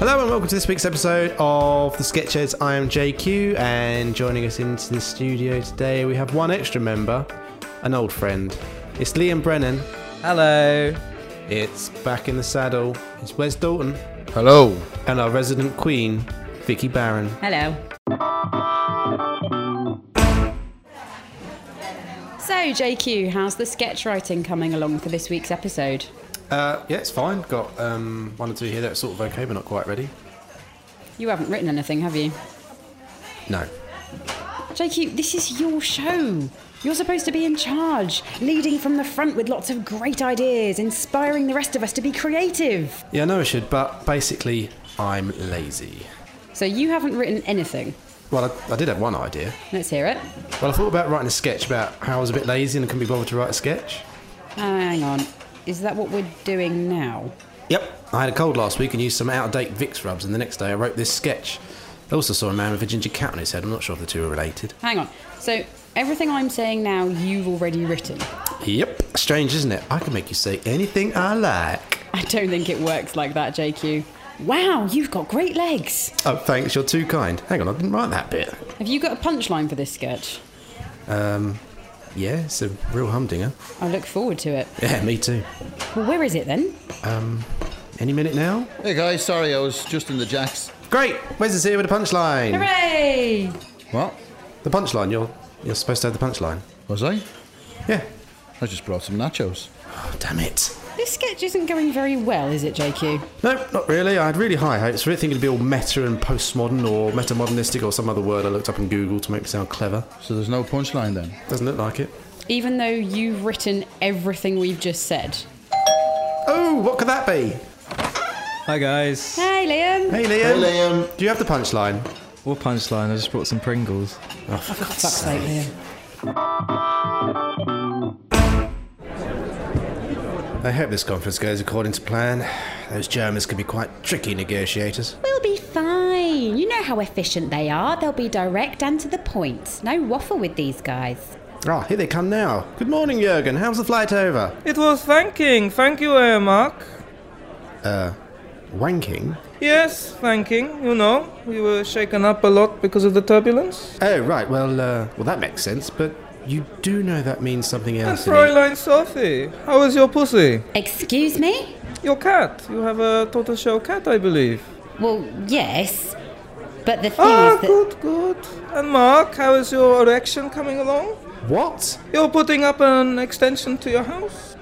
Hello and welcome to this week's episode of The Sketches. I am JQ, and joining us into the studio today, we have one extra member, an old friend. It's Liam Brennan. Hello. It's back in the saddle. It's Wes Dalton, Hello. and our resident queen, Vicky Barron. Hello. So, JQ, how's the sketch writing coming along for this week's episode? Uh, yeah, it's fine. Got um, one or two here that's sort of okay, but not quite ready. You haven't written anything, have you? No. JQ, this is your show. You're supposed to be in charge, leading from the front with lots of great ideas, inspiring the rest of us to be creative. Yeah, I know I should, but basically, I'm lazy. So, you haven't written anything. Well, I, I did have one idea. Let's hear it. Well, I thought about writing a sketch about how I was a bit lazy and couldn't be bothered to write a sketch. Hang on. Is that what we're doing now? Yep. I had a cold last week and used some out of date Vicks rubs, and the next day I wrote this sketch. I also saw a man with a ginger cat on his head. I'm not sure if the two are related. Hang on. So, everything I'm saying now, you've already written. Yep. Strange, isn't it? I can make you say anything I like. I don't think it works like that, JQ. Wow, you've got great legs. Oh, thanks. You're too kind. Hang on, I didn't write that bit. Have you got a punchline for this sketch? Yeah, it's a real humdinger. I look forward to it. Yeah, me too. Well, where is it then? Any minute now? Hey guys, sorry I was just in the jacks. Great. Where's is here with a punchline. Hooray! What? The punchline. You're you're supposed to have the punchline. Was I? Yeah. I just brought some nachos. Oh, damn it. This sketch isn't going very well, is it, JQ? No, not really. I had really high hopes for it, thinking it'd be all meta and postmodern or metamodernistic or some other word I looked up in Google to make me sound clever. So there's no punchline then. Doesn't look like it. Even though you've written everything we've just said. Oh, what could that be? Hi guys. Hey, Liam. Hey, Liam. Liam. Do you have the punchline? What punchline? I just brought some Pringles. Fuck's sake, Liam. I hope this conference goes according to plan. Those Germans can be quite tricky negotiators. We'll be fine. You know how efficient they are. They'll be direct and to the point. No waffle with these guys. Ah, here they come now. Good morning, Jurgen. How's the flight over? It was thanking. Thank you, uh, Mark. Wanking? Yes, thanking. You know, we were shaken up a lot because of the turbulence. Oh, right. Well, uh, well, that makes sense, but you do know that means something And else. in it. Fräulein Sophie, how is your pussy? Excuse me? Your cat. You have a tortoise shell cat, I believe. Well, yes. But the thing Ah, is that. good, good. And Mark, how is your erection coming along? What? You're putting up an extension to your house?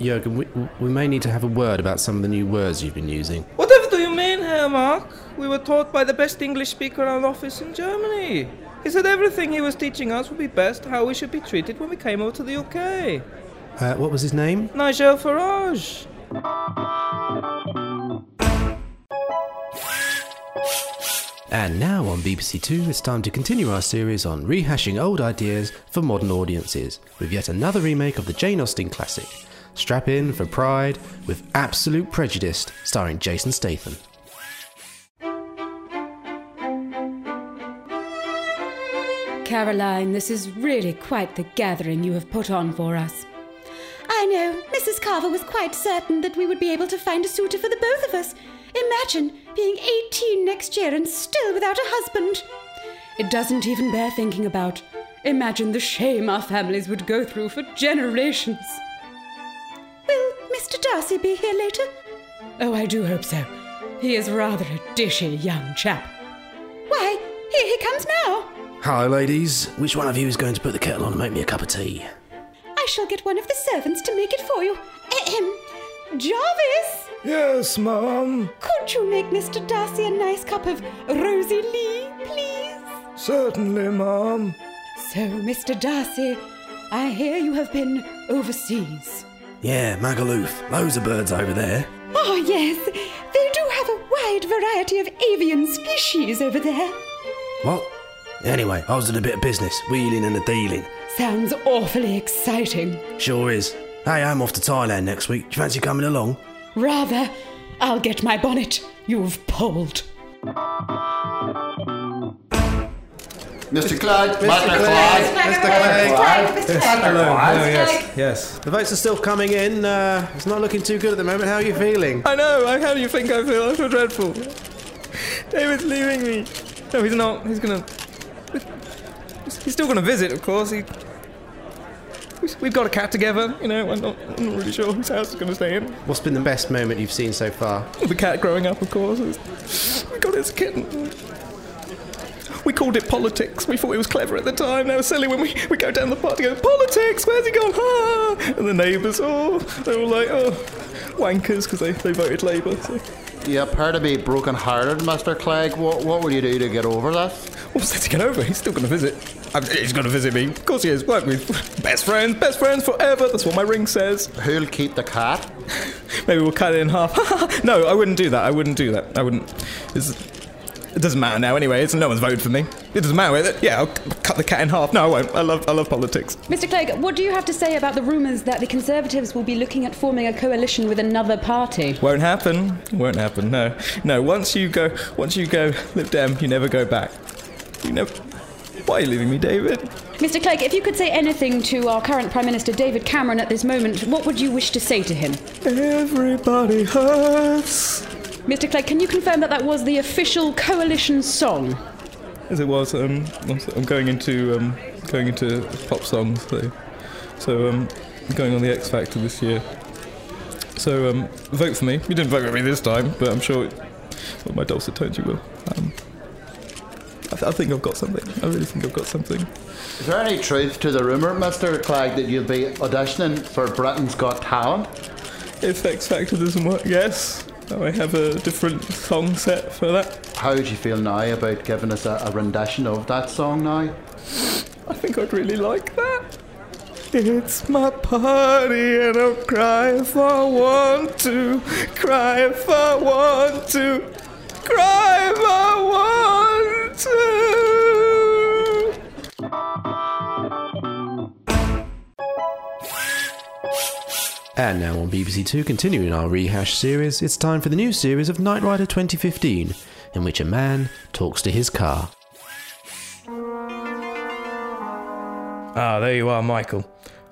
Jurgen, we, we may need to have a word about some of the new words you've been using. Whatever do you mean here, Mark? We were taught by the best English speaker in our office in Germany. He said everything he was teaching us would be best how we should be treated when we came over to the UK. Uh, what was his name? Nigel Farage. And now on BBC Two, it's time to continue our series on rehashing old ideas for modern audiences with yet another remake of the Jane Austen classic. Strap in for Pride with Absolute Prejudice, starring Jason Statham. Caroline, this is really quite the gathering you have put on for us. I know. Mrs. Carver was quite certain that we would be able to find a suitor for the both of us. Imagine being 18 next year and still without a husband. It doesn't even bear thinking about. Imagine the shame our families would go through for generations. Will Mr. Darcy be here later? Oh, I do hope so. He is rather a dishy young chap. Why, here he comes now. Hi, ladies. Which one of you is going to put the kettle on and make me a cup of tea? I shall get one of the servants to make it for you. Ahem. Jarvis, Yes, Mum. could you make Mr. Darcy a nice cup of Rosie Lee, please? Certainly, Mum. So, Mr. Darcy, I hear you have been overseas. Yeah, Magaluf. Loads of birds over there. Oh, yes. They do have a wide variety of avian species over there. What? Anyway, I was at a bit of business, wheeling and a dealing. Sounds awfully exciting. Sure is. Hey, I'm off to Thailand next week. Do you fancy coming along? Rather, I'll get my bonnet. You've pulled. Mr. Clyde, Mr. Clyde, Mr. Clegg. Mr. yes, yes. The votes are still coming in. Uh, it's not looking too good at the moment. How are you feeling? I know. I, how do you think I feel? I feel dreadful. David's leaving me. No, he's not. He's gonna. He's still gonna visit, of course. He. We've got a cat together, you know. I'm not, I'm not really sure whose house he's gonna stay in. What's been the best moment you've seen so far? The cat growing up, of course. is- We got it as a kitten. We called it politics. We thought it was clever at the time. Now it's silly when we, we go down the park to go, politics, where's he gone? Ah! And the neighbours, oh, they're all like, oh, wankers, because they, they voted Labour. So. You appear to be broken-hearted, Mister Clegg. What What will you do to get over that? What's there to get over? He's still going to visit. I'm, he's going to visit me. Of course he is. Work with best friends, best friends forever. That's what my ring says. Who'll keep the cat? Maybe we'll cut it in half. no, I wouldn't do that. I wouldn't do that. I wouldn't. It's, it doesn't matter now anyway. It's, no one's voted for me. It doesn't matter. Yeah, I'll c- cut the cat in half. No, I won't. I love, I love politics. Mr. Clegg, what do you have to say about the rumours that the Conservatives will be looking at forming a coalition with another party? Won't happen. Won't happen. No, no. Once you go, once you go, Lib Dem, you never go back. You never. Why are you leaving me, David? Mr. Clegg, if you could say anything to our current Prime Minister David Cameron at this moment, what would you wish to say to him? Everybody hurts. Mr. Clegg, can you confirm that that was the official coalition song? As it was, um, I'm s- I'm going into um, going into pop songs. So, so um, going on the X Factor this year. So um, vote for me. You didn't vote for me this time, but I'm sure, well, my dulcet tones you will. Um, I, th- I think I've got something. I really think I've got something. Is there any truth to the rumor, Mister Clegg, that you'll be auditioning for Britain's Got Talent? If X Factor doesn't work, yes. I have a different song set for that. How would you feel now about giving us a, a rendition of that song now? I think I'd really like that. It's my party and I'll cry if I want to. Cry if I want to. Cry if I want to. And now on BBC Two, continuing our rehash series, it's time for the new series of Knight Rider 2015, in which a man talks to his car. Ah, there you are, Michael.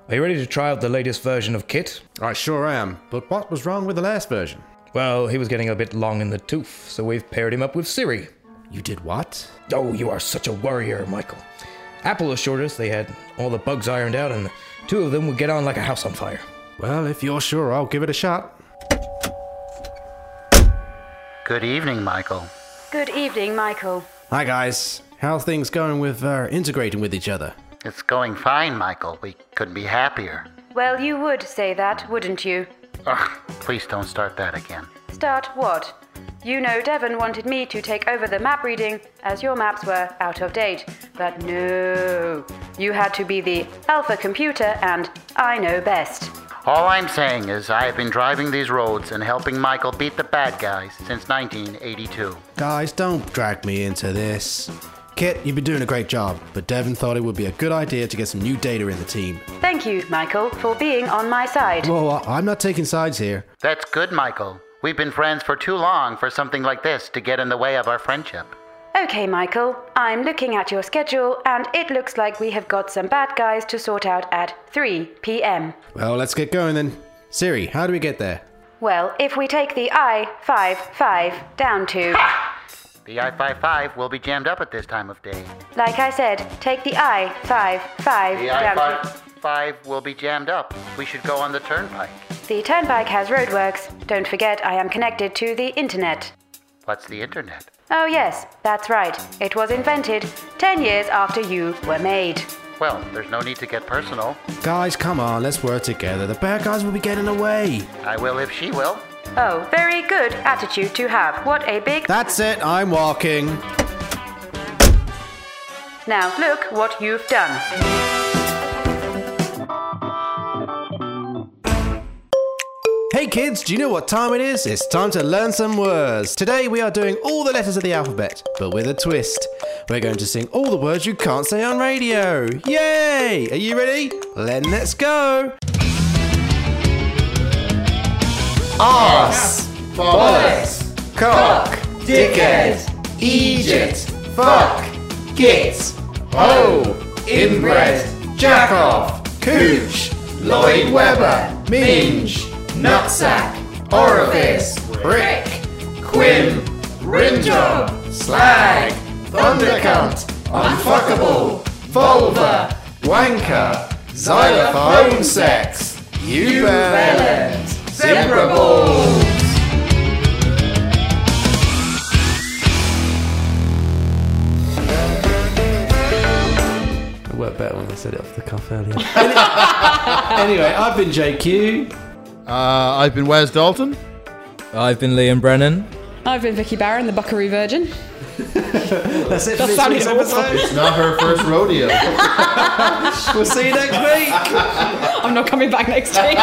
Are you ready to try out the latest version of Kit? I sure am, but what was wrong with the last version? Well, he was getting a bit long in the tooth, so we've paired him up with Siri. You did what? Oh, you are such a worrier, Michael. Apple assured us they had all the bugs ironed out and two of them would get on like a house on fire. Well, if you're sure, I'll give it a shot. Good evening, Michael. Good evening, Michael. Hi guys, how are things going with uh, integrating with each other? It's going fine, Michael. We couldn't be happier. Well, you would say that, wouldn't you? Ugh, please don't start that again. Start what? You know, Devon wanted me to take over the map reading as your maps were out of date. But no, you had to be the alpha computer and I know best. All I'm saying is I have been driving these roads and helping Michael beat the bad guys since 1982. Guys, don't drag me into this. Kit, you've been doing a great job, but Devon thought it would be a good idea to get some new data in the team. Thank you, Michael, for being on my side. Whoa, I- I'm not taking sides here. That's good, Michael. We've been friends for too long for something like this to get in the way of our friendship. Okay, Michael, I'm looking at your schedule and it looks like we have got some bad guys to sort out at 3 pm. Well, let's get going then. Siri, how do we get there? Well, if we take the I 55 down to. The I 55 will be jammed up at this time of day. Like I said, take the I 55 The down I to. 55 will be jammed up. We should go on the turnpike. The turnpike has roadworks. Don't forget, I am connected to the internet. What's the internet? Oh, yes, that's right. It was invented 10 years after you were made. Well, there's no need to get personal. Guys, come on, let's work together. The bad guys will be getting away. I will if she will. Oh, very good attitude to have. What a big. That's it, I'm walking. Now, look what you've done. Hey kids, do you know what time it is? It's time to learn some words. Today we are doing all the letters of the alphabet, but with a twist. We're going to sing all the words you can't say on radio. Yay! Are you ready? Then let's go. Ass, bollocks, cock, dickhead, Egypt, fuck, git, ho, Oh, inbred, jack off, cooch, Lloyd Webber, minge, nutsack, orifice, prick, quim, rim job, Slag, Thundercunt, Unfuckable, Vulva, Wanker, Xylophone Sex, Uberland, Zebra Balls. It worked better when I said it off the cuff earlier. anyway, I've been JQ. Uh, I've been Wes Dalton. I've been Liam Brennan. I've been Vicky Barron, the Buckaroo Virgin. That's it for this sounded week's episode. It's not her first rodeo. We'll see you next week. I'm not coming back next week.